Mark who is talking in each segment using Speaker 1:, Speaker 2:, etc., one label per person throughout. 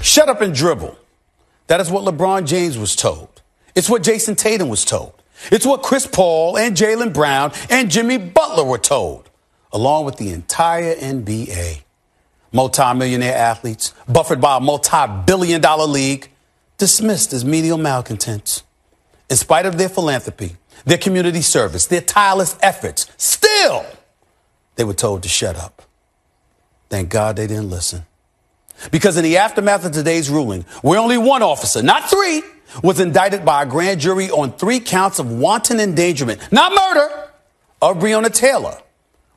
Speaker 1: Shut up and dribble. That is what LeBron James was told. It's what Jason Tatum was told. It's what Chris Paul and Jalen Brown and Jimmy Butler were told, along with the entire NBA. Multi-millionaire athletes, buffered by a multi-billion dollar league, dismissed as menial malcontents. In spite of their philanthropy, their community service, their tireless efforts, still, they were told to shut up. Thank God they didn't listen. Because in the aftermath of today's ruling, where only one officer, not three, was indicted by a grand jury on three counts of wanton endangerment, not murder, of Breonna Taylor.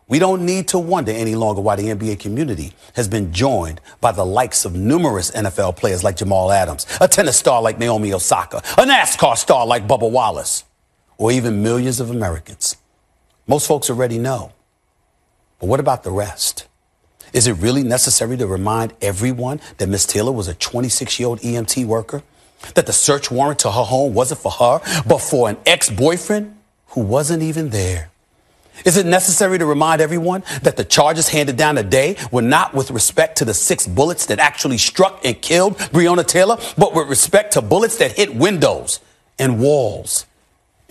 Speaker 1: We don't need to wonder any longer why the NBA community has been joined by the likes of numerous NFL players like Jamal Adams, a tennis star like Naomi Osaka, a NASCAR star like Bubba Wallace, or even millions of Americans. Most folks already know. But what about the rest? Is it really necessary to remind everyone that Miss Taylor was a 26 year old EMT worker? That the search warrant to her home wasn't for her, but for an ex boyfriend who wasn't even there? Is it necessary to remind everyone that the charges handed down today were not with respect to the six bullets that actually struck and killed Breonna Taylor, but with respect to bullets that hit windows and walls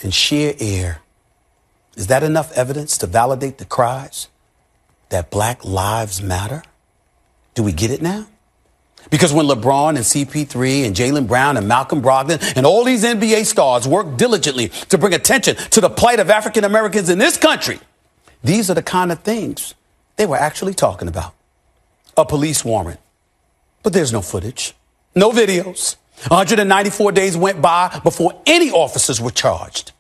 Speaker 1: and sheer air? Is that enough evidence to validate the cries? that black lives matter? Do we get it now? Because when LeBron and CP3 and Jalen Brown and Malcolm Brogdon and all these NBA stars work diligently to bring attention to the plight of African Americans in this country, these are the kind of things they were actually talking about. A police warrant. But there's no footage, no videos. 194 days went by before any officers were charged.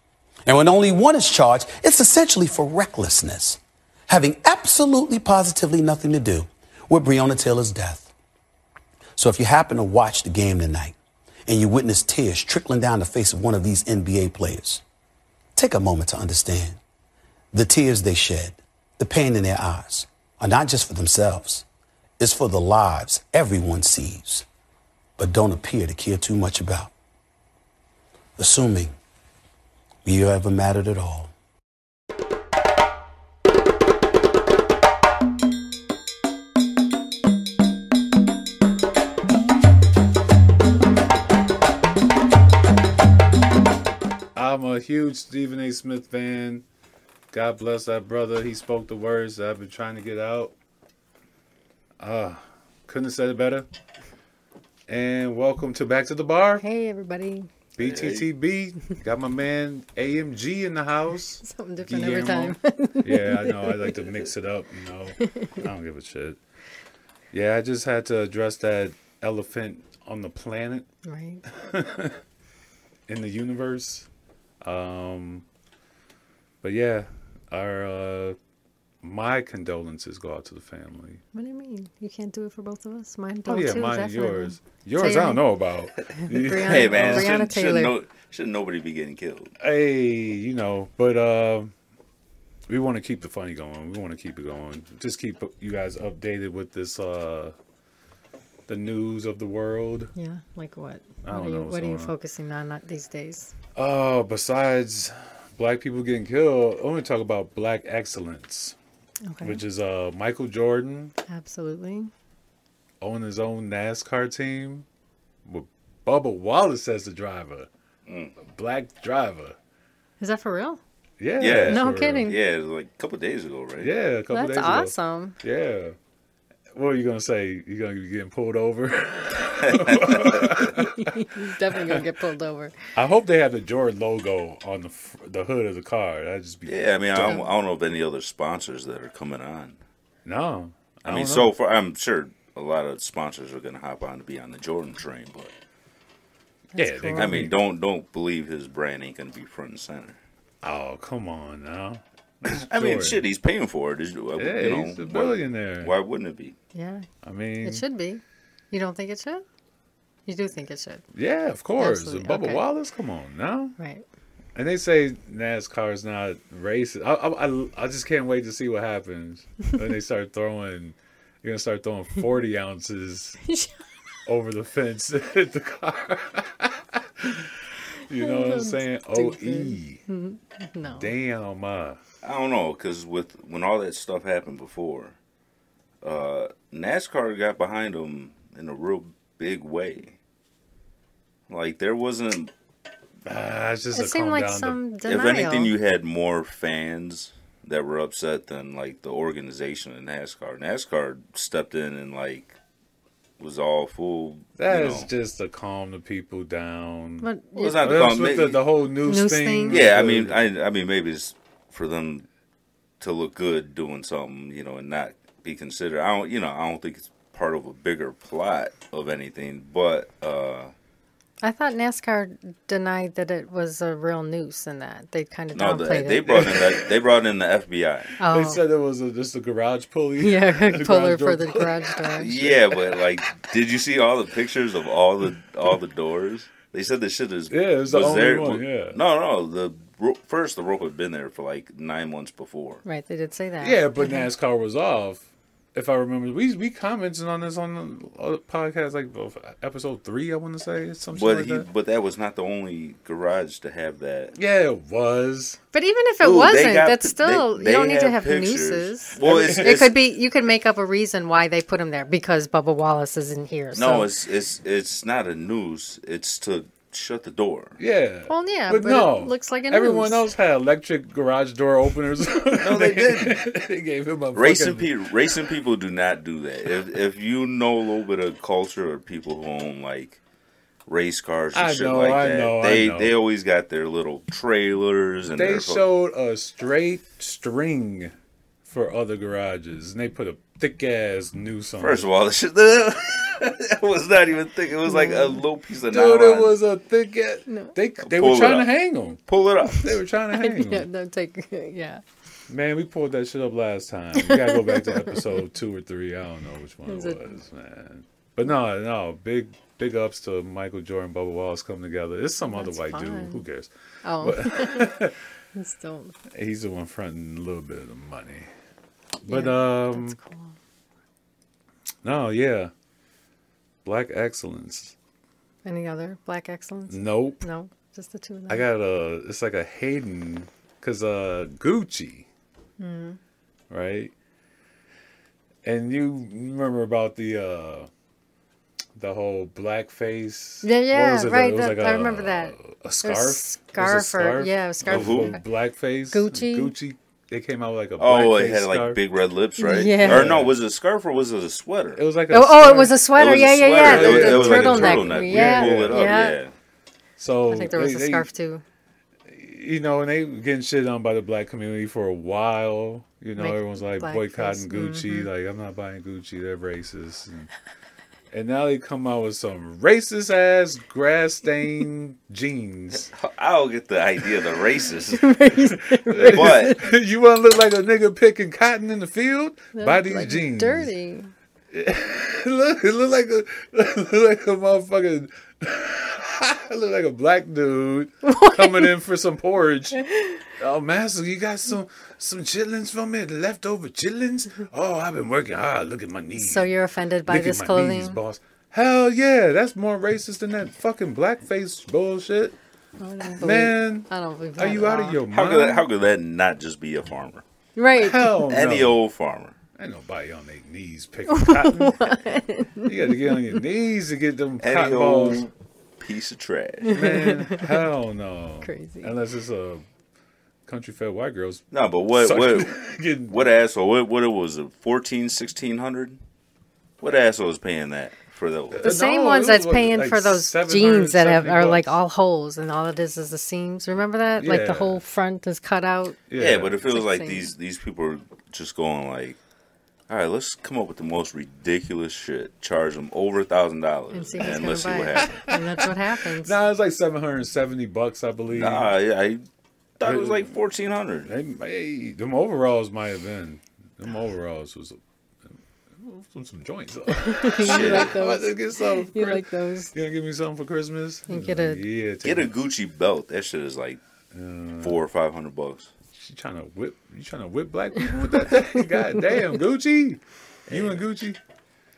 Speaker 1: And when only one is charged, it's essentially for recklessness having absolutely positively nothing to do with Breonna Taylor's death. So if you happen to watch the game tonight and you witness tears trickling down the face of one of these NBA players, take a moment to understand. The tears they shed, the pain in their eyes, are not just for themselves. It's for the lives everyone sees, but don't appear to care too much about. Assuming you ever mattered at all.
Speaker 2: I'm a huge Stephen A. Smith fan. God bless that brother. He spoke the words that I've been trying to get out. Ah, couldn't have said it better. And welcome to Back to the Bar.
Speaker 3: Hey everybody.
Speaker 2: BTTB. Got my man AMG in the house.
Speaker 3: Something different every
Speaker 2: Guillermo.
Speaker 3: time.
Speaker 2: yeah, I know. I like to mix it up, you know. I don't give a shit. Yeah, I just had to address that elephant on the planet.
Speaker 3: right.
Speaker 2: in the universe. Um, but yeah, our uh, my condolences go out to the family.
Speaker 3: What do you mean? You can't do it for both of us?
Speaker 2: Oh
Speaker 3: Mine don't
Speaker 2: yeah,
Speaker 3: too,
Speaker 2: mine and
Speaker 3: definitely.
Speaker 2: yours. Yours, I
Speaker 3: Taylor.
Speaker 2: don't know about.
Speaker 3: Brianna,
Speaker 4: Hey man,
Speaker 3: Brianna
Speaker 4: shouldn't,
Speaker 3: Taylor.
Speaker 4: shouldn't, no, shouldn't nobody be getting killed?
Speaker 2: hey, you know, but uh, we want to keep the funny going. We want to keep it going. Just keep you guys updated with this uh, the news of the world.
Speaker 3: Yeah, like what?
Speaker 2: I
Speaker 3: what
Speaker 2: don't
Speaker 3: are you,
Speaker 2: know what's
Speaker 3: what are you
Speaker 2: going on.
Speaker 3: focusing on not these days?
Speaker 2: Oh, besides black people getting killed, I want to talk about black excellence,
Speaker 3: Okay.
Speaker 2: which is uh Michael Jordan.
Speaker 3: Absolutely.
Speaker 2: own his own NASCAR team with Bubba Wallace as the driver,
Speaker 4: Mm.
Speaker 2: black driver.
Speaker 3: Is that for real?
Speaker 2: Yeah,
Speaker 4: Yeah.
Speaker 3: No
Speaker 2: for real.
Speaker 3: kidding.
Speaker 4: Yeah, it was like a couple days ago, right?
Speaker 2: Yeah, a couple
Speaker 3: That's
Speaker 2: days
Speaker 3: awesome.
Speaker 2: ago. Yeah. What are you gonna say? You gonna be getting pulled over?
Speaker 3: He's definitely gonna get pulled over.
Speaker 2: I hope they have the Jordan logo on the fr- the hood of the car. That'd just be
Speaker 4: Yeah, I mean, I don't, I don't know of any other sponsors that are coming on.
Speaker 2: no.
Speaker 4: I,
Speaker 2: don't
Speaker 4: mean,
Speaker 2: know.
Speaker 4: so far, I'm sure a lot of sponsors are going to hop on to be on the Jordan train, but
Speaker 2: yeah. They
Speaker 3: cool.
Speaker 4: I mean, don't don't believe his brand ain't going to be front and center.
Speaker 2: oh come on now.
Speaker 4: I mean,
Speaker 2: Jordan.
Speaker 4: shit, he's paying for it. He's, uh,
Speaker 2: Yeah,
Speaker 4: you know,
Speaker 2: he's a
Speaker 4: why-
Speaker 2: billionaire.
Speaker 4: Why, wouldn't it be?
Speaker 3: Yeah.
Speaker 2: I mean,
Speaker 3: It should be. You don't think it should? You do think it should.
Speaker 2: yeah, of course.
Speaker 3: Absolutely,
Speaker 2: Bubba
Speaker 3: okay.
Speaker 2: Wallace, come on now.
Speaker 3: Right.
Speaker 2: And they say NASCAR is not racist. I, I, I- I just can't wait to see what happens when they start throwing. You're gonna start throwing forty ounces over the fence at the car. you know what I'm saying? O E.
Speaker 3: Mm-hmm. No.
Speaker 2: Damn, uh, ma.
Speaker 4: I don't know, because with when all that stuff happened before, uh, NASCAR got behind him in a real big way. Like there wasn't.
Speaker 2: Ah, it's just
Speaker 3: It
Speaker 2: a
Speaker 3: seemed
Speaker 2: calm
Speaker 3: like
Speaker 2: down. to-
Speaker 3: some
Speaker 4: If
Speaker 3: denial.
Speaker 4: anything, you had more fans that were upset than like the organization in NASCAR. NASCAR stepped in and like was all full.
Speaker 2: That
Speaker 4: you
Speaker 2: is
Speaker 4: know.
Speaker 2: just to calm the people down.
Speaker 3: But
Speaker 4: Well, it's not the
Speaker 2: That's
Speaker 4: calm-
Speaker 2: what the, the whole news,
Speaker 3: News
Speaker 2: thing.
Speaker 3: thing.
Speaker 4: Yeah, I mean, I, I mean, maybe it's for them to look good doing something, you know, and not be considered. I don't, you know, I don't think it's part of a bigger plot of anything, but uh
Speaker 3: I thought NASCAR denied that it was a real noose and that they kind of
Speaker 4: no,
Speaker 3: downplayed
Speaker 4: they,
Speaker 3: it.
Speaker 4: they brought in that they brought in the FBI.
Speaker 3: oh,
Speaker 2: They said it was a, just a garage pulley.
Speaker 3: yeah,
Speaker 2: The
Speaker 3: puller
Speaker 2: garage
Speaker 3: for
Speaker 2: door
Speaker 3: the
Speaker 2: pulley.
Speaker 3: garage door.
Speaker 4: Yeah, but like, did you see all the pictures of all the all the doors? They said the shit is
Speaker 2: Yeah, it was the only one, yeah.
Speaker 4: no, no. The ro- first the rope had been there for like nine months before.
Speaker 3: Right, they did say that.
Speaker 2: Yeah, but NASCAR was off. If I remember, we we commented on this on the uh, podcast like uh, episode three, I want to say some shit
Speaker 4: But
Speaker 2: like
Speaker 4: he,
Speaker 2: that.
Speaker 4: but that was not the only garage to have that.
Speaker 2: Yeah, it was.
Speaker 3: But even if it
Speaker 4: Ooh, they
Speaker 3: wasn't,
Speaker 4: got
Speaker 3: that's
Speaker 4: pi-
Speaker 3: still
Speaker 4: they-
Speaker 3: you don't
Speaker 4: they
Speaker 3: need to have
Speaker 4: pictures.
Speaker 3: nooses.
Speaker 4: Well, it's,
Speaker 3: It
Speaker 4: it's-
Speaker 3: could be you could make up a reason why they put him there because Bubba Wallace isn't here.
Speaker 4: no,
Speaker 3: so.
Speaker 4: it's it's it's not a noose. It's to shut the door.
Speaker 2: Yeah.
Speaker 3: Well, yeah, but it looks like a
Speaker 2: everyone
Speaker 3: noose.
Speaker 2: else had electric garage door openers. no,
Speaker 4: they
Speaker 2: they gave him a
Speaker 4: Racing
Speaker 2: fucking-
Speaker 4: people, racing people do not do that. If if you know a little bit of culture or people who own like race cars and
Speaker 2: I
Speaker 4: shit
Speaker 2: know,
Speaker 4: like
Speaker 2: I
Speaker 4: that,
Speaker 2: know, I
Speaker 4: they
Speaker 2: know.
Speaker 4: they always got their little trailers and
Speaker 2: They
Speaker 4: their fu-
Speaker 2: showed a straight string for other garages, and they put a thick ass noose on.
Speaker 4: First
Speaker 2: it.
Speaker 4: of all, the shit that was not even thick. It was like a little piece of
Speaker 2: dude,
Speaker 4: nylon.
Speaker 2: it was a thick ass. They they
Speaker 4: Pull
Speaker 2: were
Speaker 4: it
Speaker 2: trying to
Speaker 4: up.
Speaker 2: hang him.
Speaker 4: Pull it up.
Speaker 2: They were trying to hang
Speaker 3: yeah,
Speaker 2: him.
Speaker 3: no, take yeah.
Speaker 2: Man, we pulled that shit up last time. We gotta go back to episode two or three. I don't know which one it
Speaker 3: Is it-
Speaker 2: was, man. But no, no, big big ups to Michael Jordan, Bubba Wallace coming together. It's some other
Speaker 3: That's
Speaker 2: white
Speaker 3: fine.
Speaker 2: dude. Who cares?
Speaker 3: Oh, It's still
Speaker 2: He's the one fronting a little bit of the money. But
Speaker 3: Yeah,
Speaker 2: um,
Speaker 3: that's cool.
Speaker 2: no, yeah, black excellence.
Speaker 3: Any other black excellence?
Speaker 2: Nope.
Speaker 3: No, just the two of them.
Speaker 2: I got a. It's like a Hayden, cause uh Gucci,
Speaker 3: Hmm.
Speaker 2: right? And you remember about the uh the whole blackface?
Speaker 3: Yeah,
Speaker 2: What
Speaker 3: yeah,
Speaker 2: was it? It
Speaker 3: right,
Speaker 2: was
Speaker 3: that- I remember that.
Speaker 2: A scarf. It was a
Speaker 3: scarf or- yeah, a scarf
Speaker 2: of
Speaker 4: or-
Speaker 2: who? blackface.
Speaker 3: Gucci.
Speaker 2: Gucci. They came out with like a.
Speaker 4: Oh,
Speaker 2: blackface
Speaker 4: it had like
Speaker 2: scarf.
Speaker 4: big red lips, right?
Speaker 3: Yeah.
Speaker 4: Or no, was it a scarf or was it a sweater?
Speaker 2: It was like a.
Speaker 3: oh, oh,
Speaker 2: scarf.
Speaker 3: it was a sweater.
Speaker 4: was a
Speaker 3: yeah, yeah, yeah,
Speaker 4: sweater. It was,
Speaker 3: The
Speaker 4: it was
Speaker 3: turtleneck.
Speaker 4: like a turtleneck.
Speaker 3: Yeah,
Speaker 4: You pull it up,
Speaker 3: yeah.
Speaker 4: yeah.
Speaker 2: So
Speaker 3: I think there was
Speaker 2: they-
Speaker 3: a
Speaker 2: they-
Speaker 3: scarf too.
Speaker 2: you know, and they were getting shit on by the black community for a while. You know,
Speaker 3: Make mm-hmm.
Speaker 2: everyone's like
Speaker 3: blackface,
Speaker 2: boycotting Gucci. Like, I'm not buying Gucci. They're racist. And, and now they come out with some racist ass grass stained jeans.
Speaker 4: I don't get the idea of the racist. but
Speaker 2: you want to look like a nigga picking cotton in the field? Buy these
Speaker 3: Like,
Speaker 2: jeans.
Speaker 3: Dirty.
Speaker 2: look, it look like a look like a motherfucking. I look like a black dude coming in for some porridge. Oh, master, you got some some chitlins for me? The leftover chitlins? Oh, I've been working hard. Look at my knees.
Speaker 3: So you're offended by
Speaker 2: look
Speaker 3: this
Speaker 2: at my
Speaker 3: clothing?
Speaker 2: knees, boss. Hell yeah, that's more racist than that fucking blackface bullshit,
Speaker 3: I don't believe-
Speaker 2: man.
Speaker 3: I don't believe
Speaker 2: Are
Speaker 3: that
Speaker 2: you
Speaker 3: at
Speaker 2: out of
Speaker 3: all.
Speaker 2: your mind?
Speaker 4: how could that, how could that not just be a farmer?
Speaker 3: right?
Speaker 2: Hell no.
Speaker 4: Any old farmer.
Speaker 2: Ain't nobody on their knees picking cotton. you got to get on your knees to get them
Speaker 4: Any
Speaker 2: cotton balls.
Speaker 4: old piece of trash.
Speaker 2: Man, hell no.
Speaker 3: Crazy.
Speaker 2: Unless it's a country fed white girls.
Speaker 4: No, but what
Speaker 2: sucking-
Speaker 4: what
Speaker 2: getting-
Speaker 4: what asshole? What what it was? it, 14, 1600? What asshole is paying that for
Speaker 3: The
Speaker 4: those?
Speaker 3: same
Speaker 2: No,
Speaker 3: ones
Speaker 2: it
Speaker 3: that's
Speaker 2: was
Speaker 3: paying
Speaker 2: like
Speaker 3: for those
Speaker 2: 770
Speaker 3: jeans that have, are like
Speaker 2: bucks.
Speaker 3: all holes and all it is is the seams. Remember that? Like
Speaker 2: Yeah.
Speaker 3: the whole front is cut out.
Speaker 4: Yeah, but it feels
Speaker 3: It's
Speaker 4: like
Speaker 3: insane.
Speaker 4: these these people are just going like, all right, let's come up with the most ridiculous shit, charge them over a thousand
Speaker 3: And
Speaker 4: dollars,
Speaker 3: see who's
Speaker 4: and
Speaker 3: gonna
Speaker 4: let's see
Speaker 3: buy
Speaker 4: what
Speaker 3: it.
Speaker 4: happens.
Speaker 3: And that's what happens.
Speaker 2: Nah, it's like 770 bucks, I believe.
Speaker 4: Nah, I, I thought it was like fourteen hundred.
Speaker 2: They, may- them overalls might have been. Them overalls was some, some joints.
Speaker 3: you like
Speaker 2: I'm about
Speaker 3: those?
Speaker 2: to get some.
Speaker 3: You
Speaker 2: Chris-
Speaker 3: like those?
Speaker 2: You gonna give me something for Christmas?
Speaker 3: You
Speaker 2: Like,
Speaker 3: get a-
Speaker 2: yeah. Take
Speaker 4: Get a
Speaker 2: it.
Speaker 4: Gucci belt. That shit is like four or five hundred bucks.
Speaker 2: She trying to whip. You trying to whip black people with that thing? God damn, Gucci. You and Gucci.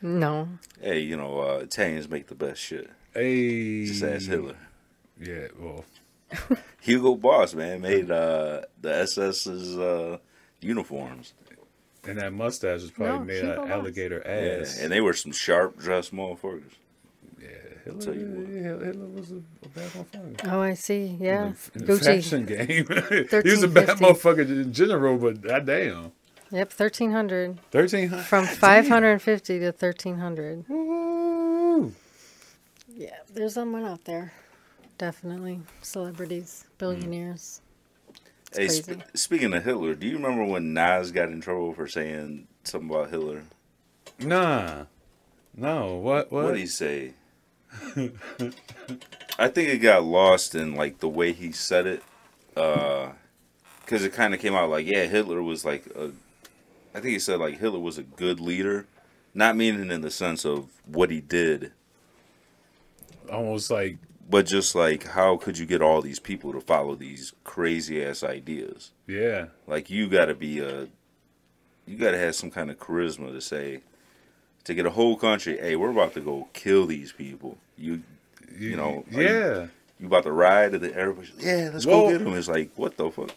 Speaker 3: No.
Speaker 4: Hey, you know uh, Italians make the best shit.
Speaker 2: Hey.
Speaker 4: Just ask Hitler.
Speaker 2: Yeah. Well.
Speaker 4: Hugo Boss, man, made uh, the SS's uh, uniforms.
Speaker 2: And that mustache was probably
Speaker 3: No,
Speaker 2: made
Speaker 3: Hugo
Speaker 2: out of
Speaker 3: Boss.
Speaker 2: alligator
Speaker 4: Yeah,
Speaker 2: ass.
Speaker 4: and they were some sharp dressed motherfuckers.
Speaker 2: Hitler,
Speaker 4: tell you what.
Speaker 2: yeah, Hitler was a, a bad motherfucker.
Speaker 3: Oh, I see. Yeah.
Speaker 2: In the
Speaker 3: Gucci.
Speaker 2: faction game. he was a bad
Speaker 3: 1350.
Speaker 2: motherfucker in general, but goddamn.
Speaker 3: Yep, 1300.
Speaker 2: 1300.
Speaker 3: From 550 to 1300.
Speaker 2: Woo!
Speaker 3: Yeah, there's someone out there. Definitely. Celebrities, billionaires.
Speaker 4: Hey,
Speaker 3: It's
Speaker 4: sp-
Speaker 3: crazy.
Speaker 4: speaking of Hitler, do you remember when Nas got in trouble for saying something about Hitler?
Speaker 2: Nah. No. What? What?
Speaker 4: What did he say? I think it got lost in like the way he said it, because it kind of came out like, yeah, Hitler was like a. I think he said like Hitler was a good leader, not meaning in the sense of what he did,
Speaker 2: Almost like
Speaker 4: but just like how could you get all these people to follow these crazy ass ideas?
Speaker 2: yeah.
Speaker 4: Like you got to be a, you got to have some kind of charisma to say, to get a whole country. Hey, we're about to go kill these people. You, you, know, are you-
Speaker 2: Yeah.
Speaker 4: you about to ride to the airport? Yeah, let's
Speaker 2: Well-
Speaker 4: go get them. It's like what the fuck?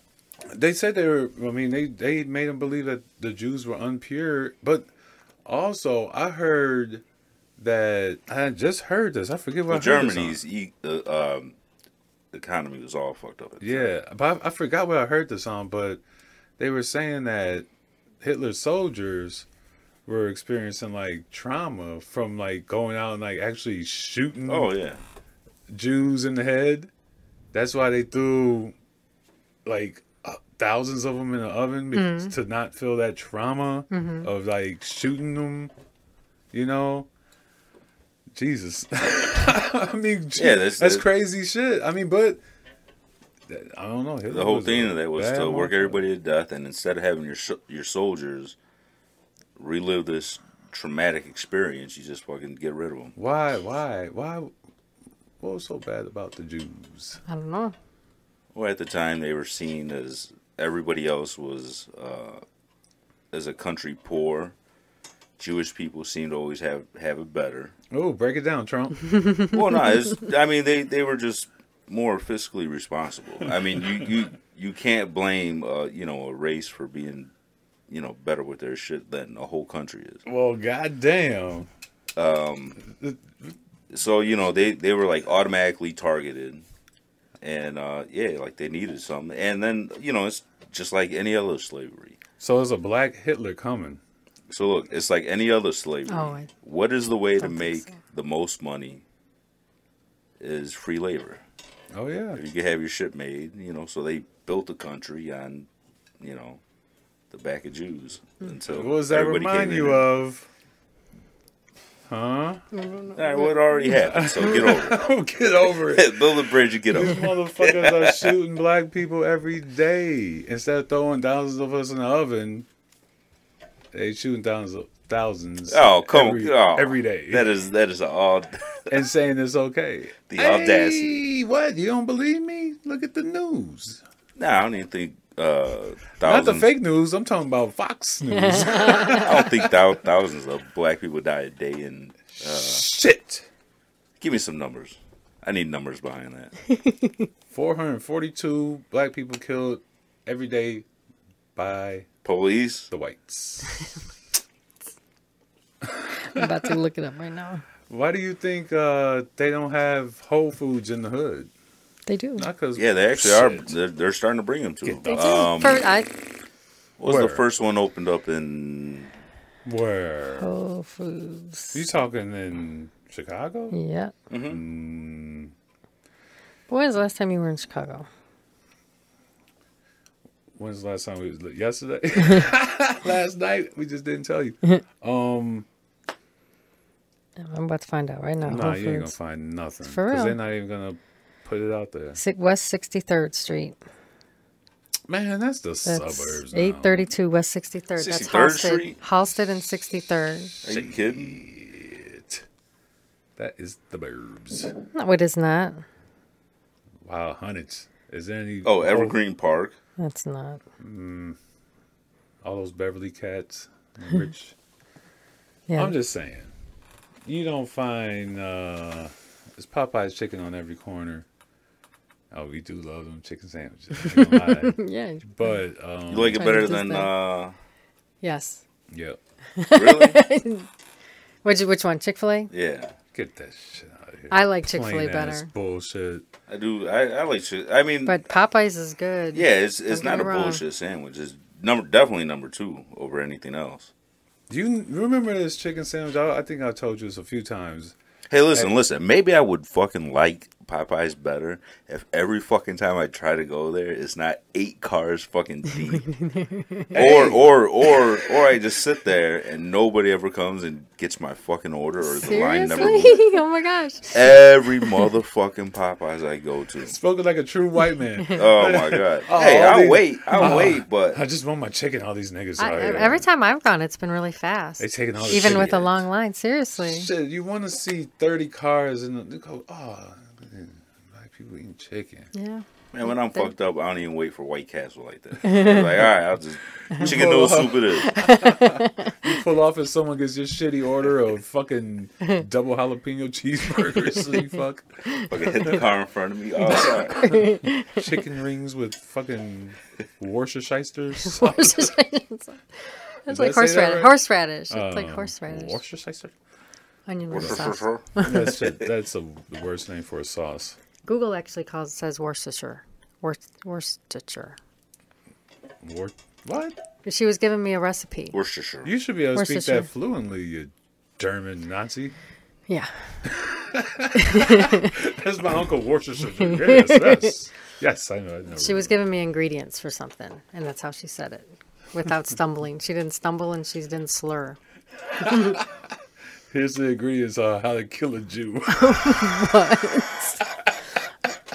Speaker 2: They said they were. I mean, they they made them believe that the Jews were unpure, but also I heard that I just heard this. I forget what
Speaker 4: Well,
Speaker 2: I heard this on.
Speaker 4: Germany's e- uh, um, economy was all fucked up. at the time.
Speaker 2: Yeah, but I, I forgot where I heard this on, but they were saying that Hitler's soldiers were experiencing like trauma from like going out and like actually shooting
Speaker 4: Oh yeah.
Speaker 2: Jews in the head. That's why they threw like uh, thousands of them in the oven because, to not feel that trauma of like shooting them. You know, Jesus. I mean,
Speaker 4: Yeah,
Speaker 2: that's,
Speaker 4: that's- that-
Speaker 2: crazy shit. I mean, but that- I don't know.
Speaker 4: The whole thing of that was to work everybody to death, and instead of having your sh- your soldiers relive this traumatic experience, you just fucking get rid of them.
Speaker 2: Why? Why? Why? What was so bad about the Jews?
Speaker 3: I don't know.
Speaker 4: Well, at the time, they were seen as everybody else was uh, as a country poor. Jewish people seemed to always have have it better.
Speaker 2: Oh, break it down, Trump.
Speaker 4: Well, no, it's, I mean they they were just more fiscally responsible. I mean you you you can't blame uh, you know a race for being you know better with their shit than a whole country is.
Speaker 2: well, goddamn.
Speaker 4: so you know they they were like automatically targeted and uh yeah like they needed something and then you know it's just like any other slavery
Speaker 2: So there's a black Hitler coming.
Speaker 4: so look it's like any other slavery
Speaker 3: Oh, I
Speaker 4: what is the way to
Speaker 3: don't think
Speaker 4: make
Speaker 3: so.
Speaker 4: the most money is free labor
Speaker 2: Oh yeah.
Speaker 4: you can have your shit made you know so they built the country on you know the back of jews
Speaker 3: Hmm.
Speaker 4: until
Speaker 2: What does that
Speaker 4: everybody came
Speaker 2: remind
Speaker 4: in
Speaker 2: you
Speaker 4: and-
Speaker 2: of? Huh?
Speaker 4: all right well it already happened so get over it
Speaker 2: Oh, get over it.
Speaker 4: build a bridge and get over
Speaker 2: These
Speaker 4: it
Speaker 2: motherfuckers are shooting black people every day. Instead of throwing thousands of us in the oven, they shooting thousands of thousands.
Speaker 4: Oh come
Speaker 2: every,
Speaker 4: oh,
Speaker 2: every day.
Speaker 4: That is that is an odd
Speaker 2: and saying it's okay.
Speaker 4: the audacity.
Speaker 2: Hey, what? You don't believe me? Look at the news.
Speaker 4: No, I don't even think uh,
Speaker 2: Not the
Speaker 4: thousands.
Speaker 2: fake news. I'm talking about Fox News.
Speaker 4: I don't think thou- thousands of black people die a day. And
Speaker 2: Shit.
Speaker 4: give me some numbers. I need numbers behind that.
Speaker 2: 442 black people killed every day by
Speaker 4: Police.
Speaker 2: the whites.
Speaker 3: I'm about to look it up right now.
Speaker 2: Why do you think uh, they don't have Whole Foods in the hood?
Speaker 3: They do.
Speaker 2: Not because
Speaker 4: Yeah, they actually are. They're, they're starting to bring them to.
Speaker 2: Get
Speaker 4: them.
Speaker 3: They do.
Speaker 4: Um,
Speaker 3: First, I,
Speaker 4: what was
Speaker 2: Where?
Speaker 4: the first one opened up in?
Speaker 2: Where
Speaker 3: Whole Foods.
Speaker 2: you talking in Chicago?
Speaker 3: Yeah.
Speaker 2: Mm-hmm.
Speaker 3: Mm. When was the last time you were in Chicago?
Speaker 2: When's the last time we was li- yesterday? last night we just didn't tell you. Um,
Speaker 3: I'm about to find out right now.
Speaker 2: nah, you
Speaker 3: Whole
Speaker 2: ain't gonna
Speaker 3: Foods.
Speaker 2: find nothing
Speaker 3: For
Speaker 2: because they're
Speaker 3: real.
Speaker 2: not even gonna put it out there.
Speaker 3: Si- West 63rd Street.
Speaker 2: Man, that's the
Speaker 3: That's
Speaker 2: suburbs. now.
Speaker 3: 832 West 63rd. That's
Speaker 4: 63rd
Speaker 3: Halsted.
Speaker 4: Street?
Speaker 3: Halsted and 63rd.
Speaker 4: Are you kidding?
Speaker 2: Shit. That is the burbs.
Speaker 3: No, it is not.
Speaker 2: Wow, hundreds. Is there any?
Speaker 4: Oh, Evergreen Park.
Speaker 3: That's not.
Speaker 2: All, all those Beverly cats, rich.
Speaker 3: Yeah.
Speaker 2: I'm just saying, you don't find uh, it's Popeye's chicken on every corner. Oh, we do love them chicken sandwiches, I ain't gonna lie.
Speaker 3: yeah.
Speaker 2: but um,
Speaker 4: You like it
Speaker 3: Trying
Speaker 4: better
Speaker 3: to just
Speaker 4: than?
Speaker 3: that.
Speaker 4: Uh,
Speaker 3: Yes.
Speaker 2: yeah,
Speaker 4: really?
Speaker 3: Which, which one? Chick fil A?
Speaker 4: Yeah.
Speaker 2: get that shit out. out of here.
Speaker 3: I like Chick-fil-A
Speaker 2: Plain ass
Speaker 3: better.
Speaker 2: Bullshit.
Speaker 4: I do. I, I like. Shit. I mean,
Speaker 3: But Popeyes is good.
Speaker 4: yeah, it's it's
Speaker 3: Don't get
Speaker 4: not a
Speaker 3: me wrong.
Speaker 4: bullshit sandwich. It's number definitely number two over anything else.
Speaker 2: Do you remember this chicken sandwich? I, I think I told you this a few times.
Speaker 4: Hey, listen, listen. Maybe I would fucking like Popeyes better if every fucking time I try to go there, it's not eight cars fucking deep, or or or or I just sit there and nobody ever comes and gets my fucking order or the
Speaker 3: Seriously?
Speaker 4: line never. moves.
Speaker 3: oh my gosh.
Speaker 4: Every motherfucking Popeyes I go to.
Speaker 2: Spoken like a true white man.
Speaker 4: Oh my god. hey, I'll
Speaker 2: these-
Speaker 4: wait.
Speaker 3: oh.
Speaker 4: I'll wait, but
Speaker 2: I just want my chicken. All these niggas
Speaker 3: I, e,
Speaker 2: out here.
Speaker 3: every time I've gone, it's been really fast.
Speaker 2: They taking all the
Speaker 3: Even
Speaker 2: shitty
Speaker 3: with a
Speaker 2: ads.
Speaker 3: long line, seriously.
Speaker 2: Shit, you want to see 30 cars and the, you go, oh, black people eating chicken.
Speaker 3: Yeah.
Speaker 4: Man, when I'm
Speaker 3: They're-
Speaker 4: fucked up, I don't even wait for White Castle like that. like, all right, I'll just chicken noodle soup it is.
Speaker 2: You pull off and someone gets your shitty order of fucking double jalapeno cheeseburgers. so you fuck
Speaker 4: Fucking hit the car in front of me. Oh, sorry.
Speaker 2: chicken rings with fucking Worcestershire sauce.
Speaker 3: it's like
Speaker 2: I say that right?
Speaker 3: horseradish. Horseradish. It's like
Speaker 2: Uh,
Speaker 3: horseradish.
Speaker 2: Worcestershire?
Speaker 3: Onion ring sauce.
Speaker 2: That's, shit, that's a, the worst name for a sauce.
Speaker 3: Google actually calls says Worcestershire. Wor- Worcestershire.
Speaker 2: Wor- what?
Speaker 3: She was giving me a recipe.
Speaker 4: Worcestershire.
Speaker 2: You should be able to speak that
Speaker 3: Worcestershire.
Speaker 2: fluently, you German Nazi.
Speaker 3: Yeah.
Speaker 2: That's my uncle Worcestershire. Yes, yes. Yes, I know. I know.
Speaker 3: She was giving me ingredients for something, and that's how she said it without stumbling. She didn't stumble and she didn't slur.
Speaker 2: Here's the ingredients on how to kill a Jew.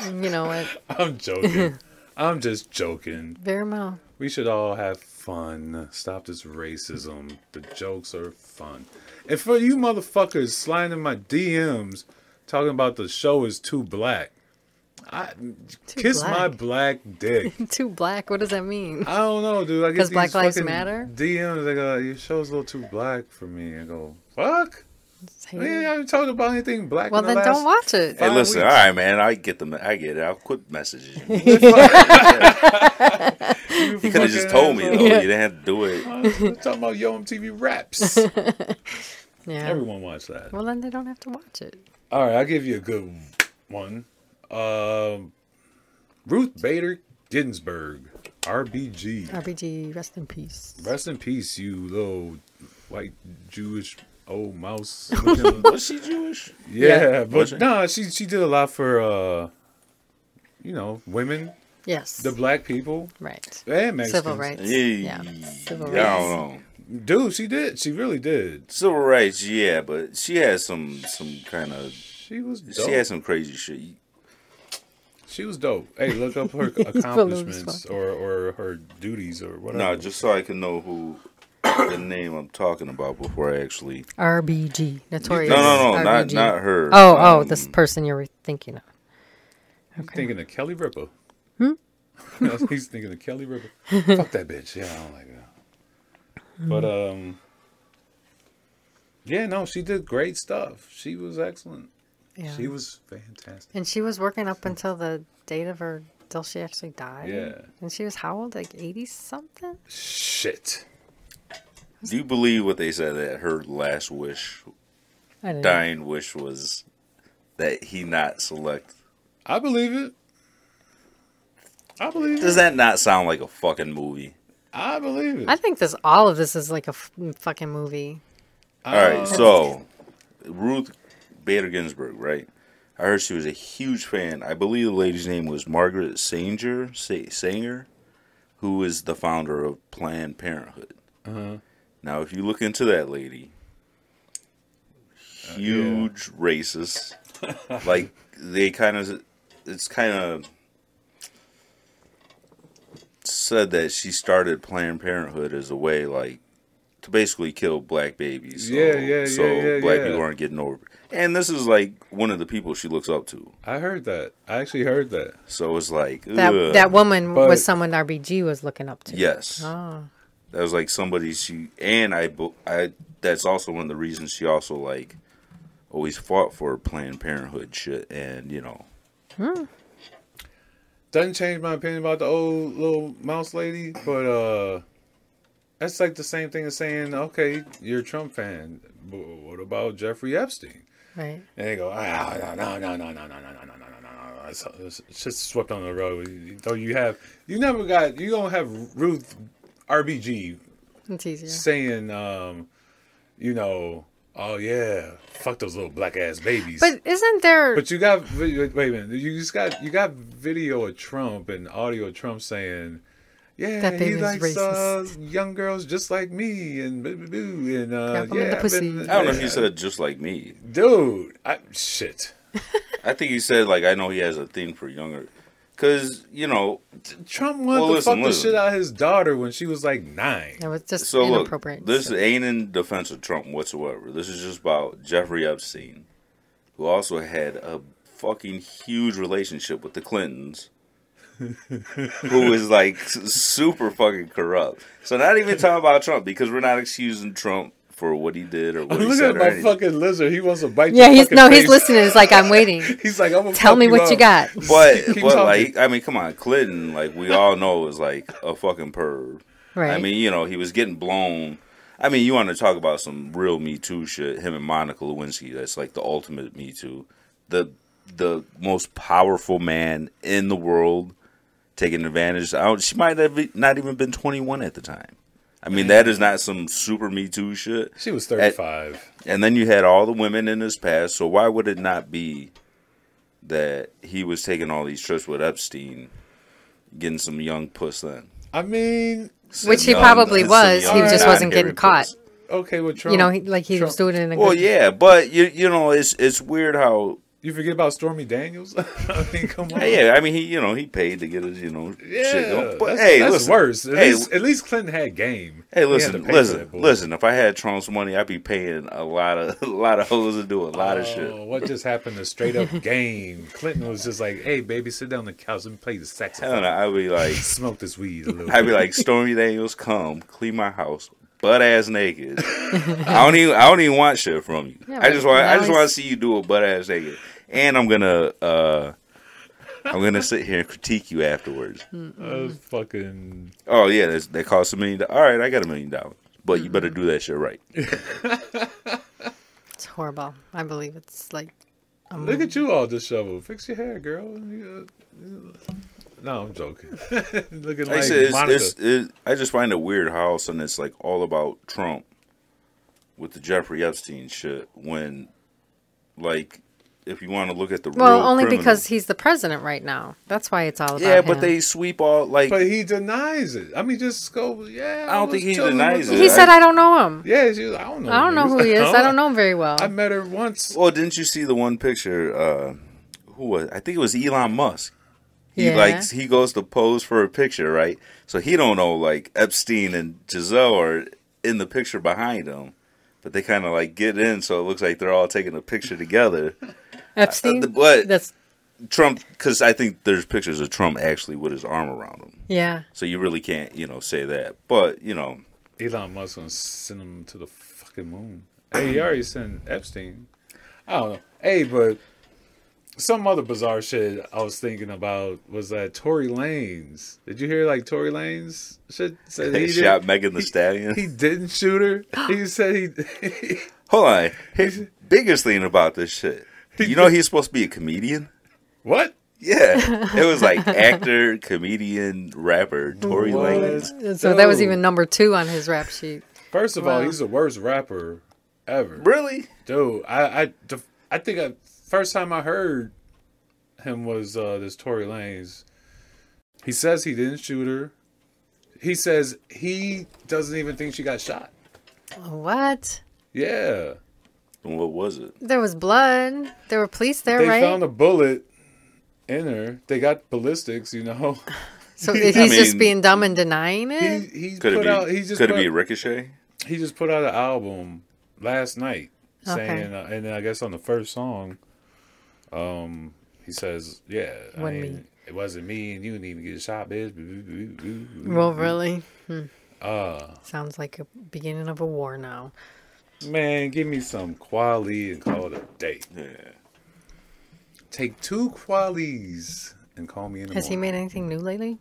Speaker 3: You know what?
Speaker 2: I'm joking. I'm just joking.
Speaker 3: Very well.
Speaker 2: We should all have fun. Stop this racism. The jokes are fun. And for you motherfuckers sliding in my DMs talking about the show is too black. I kiss my
Speaker 3: black.
Speaker 2: black dick.
Speaker 3: Too black. What does that mean?
Speaker 2: I don't know, dude. I get
Speaker 3: 'Cause
Speaker 2: these
Speaker 3: Black Lives
Speaker 2: fucking
Speaker 3: Matter?
Speaker 2: DMs. They go, "Your show's a little too black for me." I go, "Fuck."
Speaker 3: Hey.
Speaker 2: We ain't even talking about anything black.
Speaker 3: Well,
Speaker 2: in the
Speaker 3: then don't
Speaker 2: last
Speaker 3: watch it.
Speaker 4: Hey,
Speaker 2: five
Speaker 4: listen, all
Speaker 2: weeks.
Speaker 4: right, man. I get the, me- I get it. I'll quit messaging you.
Speaker 2: You
Speaker 4: He could have just
Speaker 2: fucking
Speaker 4: told me though.
Speaker 2: asshole.
Speaker 4: You didn't have to do it.
Speaker 2: We're talking about Yo MTV Raps.
Speaker 3: Yeah.
Speaker 2: Everyone watched that.
Speaker 3: Well, then they don't have to watch it.
Speaker 2: All right, I'll give you a good one. Um, Ruth Bader Ginsburg, RBG.
Speaker 3: RBG, rest in peace.
Speaker 2: Rest in peace, you little white Jewish old mouse.
Speaker 4: Was she Jewish?
Speaker 2: yeah,
Speaker 4: was
Speaker 2: but
Speaker 4: she?
Speaker 2: no, she she did a lot for uh, you know, women,
Speaker 3: Yes.
Speaker 2: the black people,
Speaker 3: right.
Speaker 2: and Mexicans.
Speaker 3: Civil rights.
Speaker 4: Yeah.
Speaker 3: Yeah. Civil
Speaker 4: Yeah, I
Speaker 3: rights.
Speaker 4: don't know.
Speaker 2: Dude, she did. She really did.
Speaker 4: Civil rights, yeah, but she has some some kind of
Speaker 2: She was dope.
Speaker 4: she has some crazy shit. You-
Speaker 2: She was dope. Hey, look up her accomplishments or, or her duties or whatever.
Speaker 4: No, just so I can know who the name I'm talking about before I actually.
Speaker 3: RBG. Notorious.
Speaker 4: No, no, no, not
Speaker 3: RBG.
Speaker 4: not her.
Speaker 3: Oh, oh,
Speaker 4: Um,
Speaker 3: this person you're thinking of.
Speaker 2: I'm thinking of Kelly Ripa. Hmm? He's thinking of Kelly Ripa. Fuck that bitch. Yeah, I don't like her.
Speaker 3: Hmm.
Speaker 2: But um, yeah, no, she did great stuff. She was excellent.
Speaker 3: Yeah.
Speaker 2: She was fantastic.
Speaker 3: and she was working up until the date of her, till she actually died.
Speaker 2: Yeah.
Speaker 3: And she was how old? Like 80 something?
Speaker 2: Shit.
Speaker 4: Do you believe what they said that her last wish,
Speaker 3: I don't know.
Speaker 4: dying wish, was that he not select?
Speaker 2: I believe it. I believe it.
Speaker 4: Does that not sound like a fucking movie?
Speaker 2: I believe it.
Speaker 3: I think this, all of this is like a f- fucking movie.
Speaker 4: All right, so Ruth Bader Ginsburg, right? I heard she was a huge fan. I believe the lady's name was Margaret Sanger, Sa- Sanger, who is the founder of Planned Parenthood.
Speaker 2: Uh-huh.
Speaker 4: Now, if you look into that lady,
Speaker 2: Uh,
Speaker 4: huge racist. like they kind of, it's kind of said that she started Planned Parenthood as a way, like to basically kill black babies. So,
Speaker 2: Yeah, yeah,
Speaker 4: So
Speaker 2: yeah, yeah,
Speaker 4: black
Speaker 2: yeah.
Speaker 4: people aren't getting over. And this is like one of the people she looks up to.
Speaker 2: I heard that. I actually heard that.
Speaker 4: So it's like
Speaker 3: That
Speaker 4: ugh.
Speaker 3: that woman
Speaker 2: But-
Speaker 3: was someone RBG was looking up to.
Speaker 4: Yes.
Speaker 3: Oh,
Speaker 4: That was like somebody she and I. bo- I that's also one of the reasons she also like always fought for Planned Parenthood shit, and you know,
Speaker 2: doesn't change my opinion about the old little mouse lady, but uh that's like the same thing as saying, okay, you're a Trump fan, but what about Jeffrey Epstein?
Speaker 3: Right.
Speaker 2: And they go, ah, no, no, no, no, no, no, no, no, no, no, no, no. It's, it's it's just swept on the road. Though you have, you never got, you don't have Ruth RBG
Speaker 3: It's easier.
Speaker 2: saying, um, you know, oh yeah, fuck those little black ass babies.
Speaker 3: But isn't there?
Speaker 2: But you got wait a minute. You just got you got video of Trump and audio of Trump saying, "Yeah,
Speaker 3: That
Speaker 2: he
Speaker 3: baby's
Speaker 2: likes uh,
Speaker 3: racist."
Speaker 2: young girls just like me," and boo, boo, boo, and uh,
Speaker 3: Grab 'em in
Speaker 2: yeah,
Speaker 3: the
Speaker 2: I've
Speaker 3: pussy.
Speaker 2: been-
Speaker 4: I don't know if he said just like me.
Speaker 2: dude, I, shit.
Speaker 4: I think he said like I know he has a thing for younger, cause you know
Speaker 2: Trump wanted
Speaker 4: Well,
Speaker 2: to
Speaker 4: listen,
Speaker 2: fuck the
Speaker 4: listen.
Speaker 2: shit out of his daughter when she was like nine.
Speaker 3: it was just
Speaker 4: So look,
Speaker 3: inappropriate.
Speaker 4: this ain't in defense of Trump whatsoever. This is just about Jeffrey Epstein, who also had a fucking huge relationship with the Clintons, who is like s- super fucking corrupt. So not even talking about Trump because we're not excusing Trump for what he did or what he
Speaker 2: Look
Speaker 4: said
Speaker 2: at
Speaker 4: or
Speaker 2: my
Speaker 4: anything.
Speaker 2: fucking lizard. He wants to bite.
Speaker 3: yeah,
Speaker 2: your
Speaker 3: he's
Speaker 2: fucking
Speaker 3: no, he's
Speaker 2: face.
Speaker 3: listening. He's like, I'm waiting.
Speaker 2: He's like, I'm gonna
Speaker 3: Tell
Speaker 2: fuck
Speaker 3: me what
Speaker 2: up.
Speaker 3: you got.
Speaker 4: But
Speaker 2: Keep
Speaker 4: but
Speaker 2: talking.
Speaker 4: like I mean, come on, Clinton, like we all know is like a fucking perv.
Speaker 3: Right.
Speaker 4: I mean, you know, he was getting blown. I mean, you want to talk about some real Me Too shit? Him and Monica Lewinsky. That's like the ultimate Me Too. The the most powerful man in the world taking advantage. I don't, she might have e, not even been twenty one at the time. I mean, that is not some super Me Too shit.
Speaker 2: She was
Speaker 4: At-
Speaker 2: 35.
Speaker 4: and then you had all the women in his past, so why would it not be that he was taking all these trips with Epstein, getting some young puss then?
Speaker 2: I mean,
Speaker 3: Which he
Speaker 4: Some
Speaker 3: probably
Speaker 4: some
Speaker 3: was, he
Speaker 4: young,
Speaker 2: just
Speaker 3: wasn't getting
Speaker 4: non-hairy
Speaker 3: caught.
Speaker 4: puss.
Speaker 2: okay, with Trump,
Speaker 3: you know, he, like he
Speaker 2: Trump-
Speaker 3: was doing it in a
Speaker 4: Well,
Speaker 3: good-
Speaker 4: yeah, but you you know it's it's weird how
Speaker 2: You forget about Stormy Daniels? I mean, come on.
Speaker 4: yeah I mean he you know he paid to get his you know shit
Speaker 2: Yeah,
Speaker 4: going. But
Speaker 2: that's,
Speaker 4: hey,
Speaker 2: that's
Speaker 4: listen,
Speaker 2: worse. At,
Speaker 4: hey,
Speaker 2: least, at least Clinton had game. He
Speaker 4: Hey,
Speaker 2: had to
Speaker 4: listen,
Speaker 2: pay for
Speaker 4: listen,
Speaker 2: that bull.
Speaker 4: listen. If I had Trump's money, I'd be paying a lot of a lot of hoes to do a lot of shit.
Speaker 2: Oh, what just happened to straight up game? Clinton was just like, "Hey, baby, sit down on the couch and play the
Speaker 4: I don't
Speaker 2: saxophone,
Speaker 4: know. I'd be like,
Speaker 2: smoke this weed a little."
Speaker 4: I'd be like, Stormy Daniels, come clean my house, butt ass naked. I don't even I don't even want shit from you.
Speaker 3: Yeah,
Speaker 4: I just
Speaker 3: but
Speaker 4: want I
Speaker 3: now
Speaker 4: just want
Speaker 3: he's-
Speaker 4: to see you do a butt ass naked, and I'm gonna uh I'm gonna sit here and critique you afterwards.
Speaker 3: Hmm.
Speaker 2: Uh, fucking
Speaker 4: Oh yeah, that's, that costs a million. do- All right, I got a million dollars, but you
Speaker 3: Hmm.
Speaker 4: better do that shit right.
Speaker 3: it's horrible. I believe it's like
Speaker 2: look at you all disheveled. Fix your hair, girl. You, uh, No, I'm joking. Looking
Speaker 4: Like I
Speaker 2: like
Speaker 4: said, it's,
Speaker 2: Monica.
Speaker 4: it's, it, I just find it weird how all of a sudden it's like all about Trump with the Jeffrey Epstein shit. When, like, if you want to look at the
Speaker 3: well,
Speaker 4: real
Speaker 3: only
Speaker 4: criminal-
Speaker 3: because he's the president right now. That's why it's all about
Speaker 4: yeah, but
Speaker 3: him.
Speaker 4: they sweep all like
Speaker 2: but he denies it. I mean, just go. Yeah,
Speaker 4: I don't
Speaker 2: was
Speaker 4: think he
Speaker 2: chilling
Speaker 4: denies
Speaker 2: with
Speaker 4: it.
Speaker 3: He
Speaker 2: the-
Speaker 3: said, "I don't know him.
Speaker 2: Yeah, she was, I don't know.
Speaker 3: I don't know who he is. I don't know him very well."
Speaker 2: I met her once.
Speaker 4: Well, oh, didn't you see the one picture? Uh, who was? I think it was Elon Musk. He
Speaker 3: Yeah.
Speaker 4: likes he goes to pose for a picture, right? So he don't know like Epstein and Giselle are in the picture behind him, but they kind of like get in, so it looks like they're all taking a picture together.
Speaker 3: Epstein.
Speaker 4: uh, the- what?
Speaker 3: That's
Speaker 4: Trump, because I think there's pictures of Trump actually with his arm around him,
Speaker 3: yeah.
Speaker 4: so you really can't you know say that. But you know,
Speaker 2: Elon Musk gonna send him to the fucking moon. Hey, he already sent Epstein. I don't know. Hey, but some other bizarre shit I was thinking about was that Tory Lanez. Did you hear like Tory Lanez shit? Said
Speaker 4: they
Speaker 2: he
Speaker 4: shot
Speaker 2: didn't-
Speaker 4: Megan the Stallion.
Speaker 2: He didn't shoot her. He said he.
Speaker 4: Hold on, his biggest thing about this shit, you know, he's supposed to be a comedian.
Speaker 2: what?
Speaker 4: Yeah, it was like actor, comedian, rapper Tory
Speaker 2: What?
Speaker 4: Lanez.
Speaker 3: So that was
Speaker 2: Dude.
Speaker 3: even number two on his rap sheet.
Speaker 2: First of all,
Speaker 3: Wow.
Speaker 2: he's the worst rapper ever.
Speaker 4: Really?
Speaker 2: Dude, I I def- I think I first time I heard him was uh this Tory Lanez. He says he didn't shoot her. He says he doesn't even think she got shot.
Speaker 3: What?
Speaker 2: Yeah.
Speaker 4: And What was it?
Speaker 3: There was blood. There were police there,
Speaker 2: They
Speaker 3: Oh, right?
Speaker 2: found a bullet in her. They got ballistics, you know.
Speaker 3: so he's just
Speaker 4: mean,
Speaker 3: being dumb and denying
Speaker 2: He
Speaker 3: it.
Speaker 2: he
Speaker 4: Could it
Speaker 2: put
Speaker 4: be?
Speaker 2: out he just
Speaker 4: could
Speaker 2: put,
Speaker 4: it be Ricochet?
Speaker 2: he just put out an album last night
Speaker 3: Okay.
Speaker 2: saying uh, and then I guess on the first song um he says, yeah, I
Speaker 3: Wasn't
Speaker 2: mean,
Speaker 3: me.
Speaker 2: it wasn't me and you didn't even get shot, bitch.
Speaker 3: well, really. Hmm. Sounds like a beginning of a war now.
Speaker 2: Man, give me some quali and call it a day.
Speaker 4: Yeah.
Speaker 2: Take two qualis and call me in the
Speaker 3: Has he
Speaker 2: morning.
Speaker 3: made anything new lately?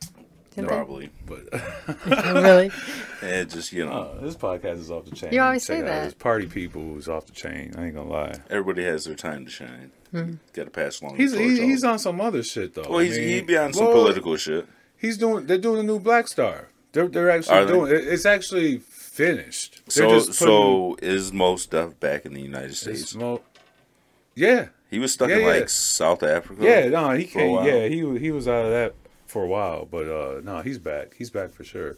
Speaker 3: Did Did they?
Speaker 4: probably. But
Speaker 3: Oh, really?
Speaker 4: and just you know,
Speaker 2: Uh, this podcast is off the chain.
Speaker 3: You always
Speaker 2: Check
Speaker 3: say
Speaker 2: it out.
Speaker 3: that.
Speaker 2: It's party people is off the chain. I ain't gonna lie.
Speaker 4: everybody has their time to shine. Got to pass along. the
Speaker 2: He's
Speaker 4: torch
Speaker 2: he, he's
Speaker 4: on.
Speaker 2: on some other shit though.
Speaker 4: oh. Well,
Speaker 2: I
Speaker 4: he's
Speaker 2: mean,
Speaker 4: he be on some
Speaker 2: well,
Speaker 4: political shit.
Speaker 2: He's doing. They're doing a new Black Star. They're they're actually
Speaker 4: Are they?
Speaker 2: doing. it- It's actually finished. They're
Speaker 4: So
Speaker 2: just putting-
Speaker 4: so is most Def back in the United
Speaker 2: it's
Speaker 4: States?
Speaker 2: mo- yeah,
Speaker 4: He was stuck
Speaker 2: Yeah,
Speaker 4: in like
Speaker 2: yeah.
Speaker 4: South Africa.
Speaker 2: yeah. No, he
Speaker 4: Oh, for a
Speaker 2: can't.
Speaker 4: while.
Speaker 2: Yeah, he wa- he was out of that for a while, but uh no, he's back. He's back for sure.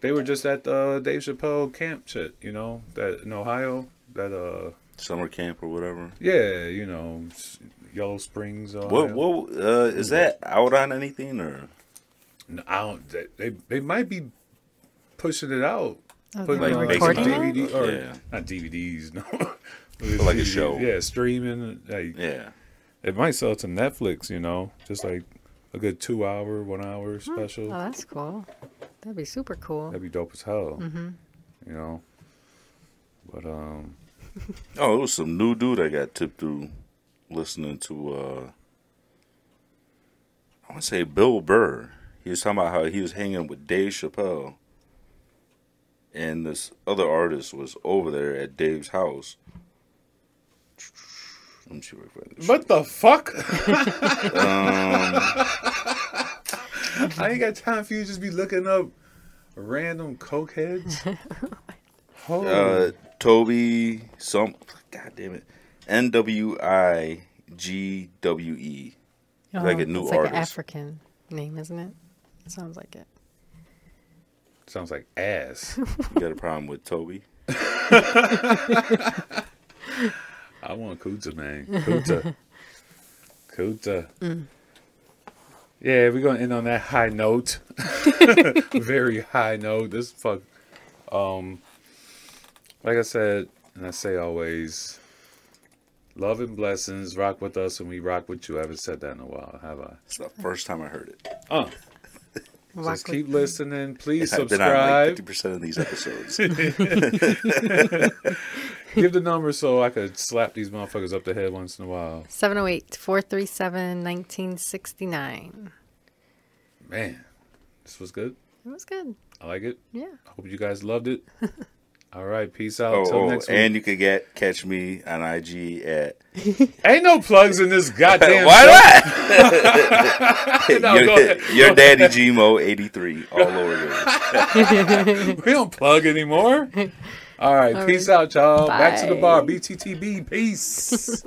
Speaker 2: They were just at the uh, Dave Chappelle camp shit. You know that in Ohio. That uh
Speaker 4: summer camp or whatever.
Speaker 2: yeah, you know s- Yellow Springs. Ohio.
Speaker 4: What what uh, is that out on anything or
Speaker 2: No, I don't. They, they they might be pushing it out.
Speaker 3: Oh,
Speaker 2: Putting
Speaker 3: they
Speaker 2: it
Speaker 4: were
Speaker 2: on
Speaker 4: recording
Speaker 2: DVD
Speaker 4: it?
Speaker 2: or
Speaker 4: Yeah.
Speaker 2: not DVDs, no.
Speaker 4: like a show.
Speaker 2: Yeah, streaming. Like,
Speaker 4: yeah?
Speaker 2: It might sell to Netflix, you know, just like a good two hour, one hour
Speaker 3: Oh,
Speaker 2: special.
Speaker 3: that's cool. That'd be super cool.
Speaker 2: That'd be dope as hell. You know. But um,
Speaker 4: Oh, it was some new dude I got tipped through listening to uh I wanna say Bill Burr. He was talking about how he was hanging with Dave Chappelle and this other artist was over there at Dave's house. Let me see if I can find this.
Speaker 2: what the fuck?
Speaker 4: Um,
Speaker 2: I ain't got time for you to just be looking up random cokeheads. Holy
Speaker 4: uh Toby some god damn it. N W I G W E.
Speaker 3: Oh,
Speaker 4: like a new
Speaker 3: it's like
Speaker 4: artist.
Speaker 3: an African name, isn't it? It sounds like it.
Speaker 2: sounds like ass.
Speaker 4: You got a problem with Toby?
Speaker 2: I want Kuta, man. Kuta. Kuta.
Speaker 3: Mm.
Speaker 2: Yeah, we're gonna end on that high note. Very high note. This fuck um like I said, and I say always love and blessings, rock with us and we rock with you. I haven't said that in a while, have I?
Speaker 4: It's the first time I heard it.
Speaker 2: Uh
Speaker 3: Rock
Speaker 2: just
Speaker 3: with-
Speaker 2: keep listening. Please
Speaker 4: I've been on
Speaker 2: subscribe.
Speaker 4: like fifty percent of these episodes.
Speaker 2: Give the number so I could slap these motherfuckers up the head once in a while.
Speaker 3: 708 437 1969.
Speaker 2: Man, this was good.
Speaker 3: It was good.
Speaker 2: I like it.
Speaker 3: Yeah.
Speaker 2: I hope you guys loved it. All right, peace out.
Speaker 4: Oh,
Speaker 2: Till
Speaker 4: oh,
Speaker 2: next week.
Speaker 4: and you could get catch me on IG at
Speaker 2: Ain't no plugs in this goddamn.
Speaker 4: why not?
Speaker 2: No, go
Speaker 4: your,
Speaker 2: ahead.
Speaker 4: your daddy Gmo eighty three all over yours.
Speaker 2: show. We don't plug anymore. All right, peace out, y'all. Back to the bar. BTTB. Peace.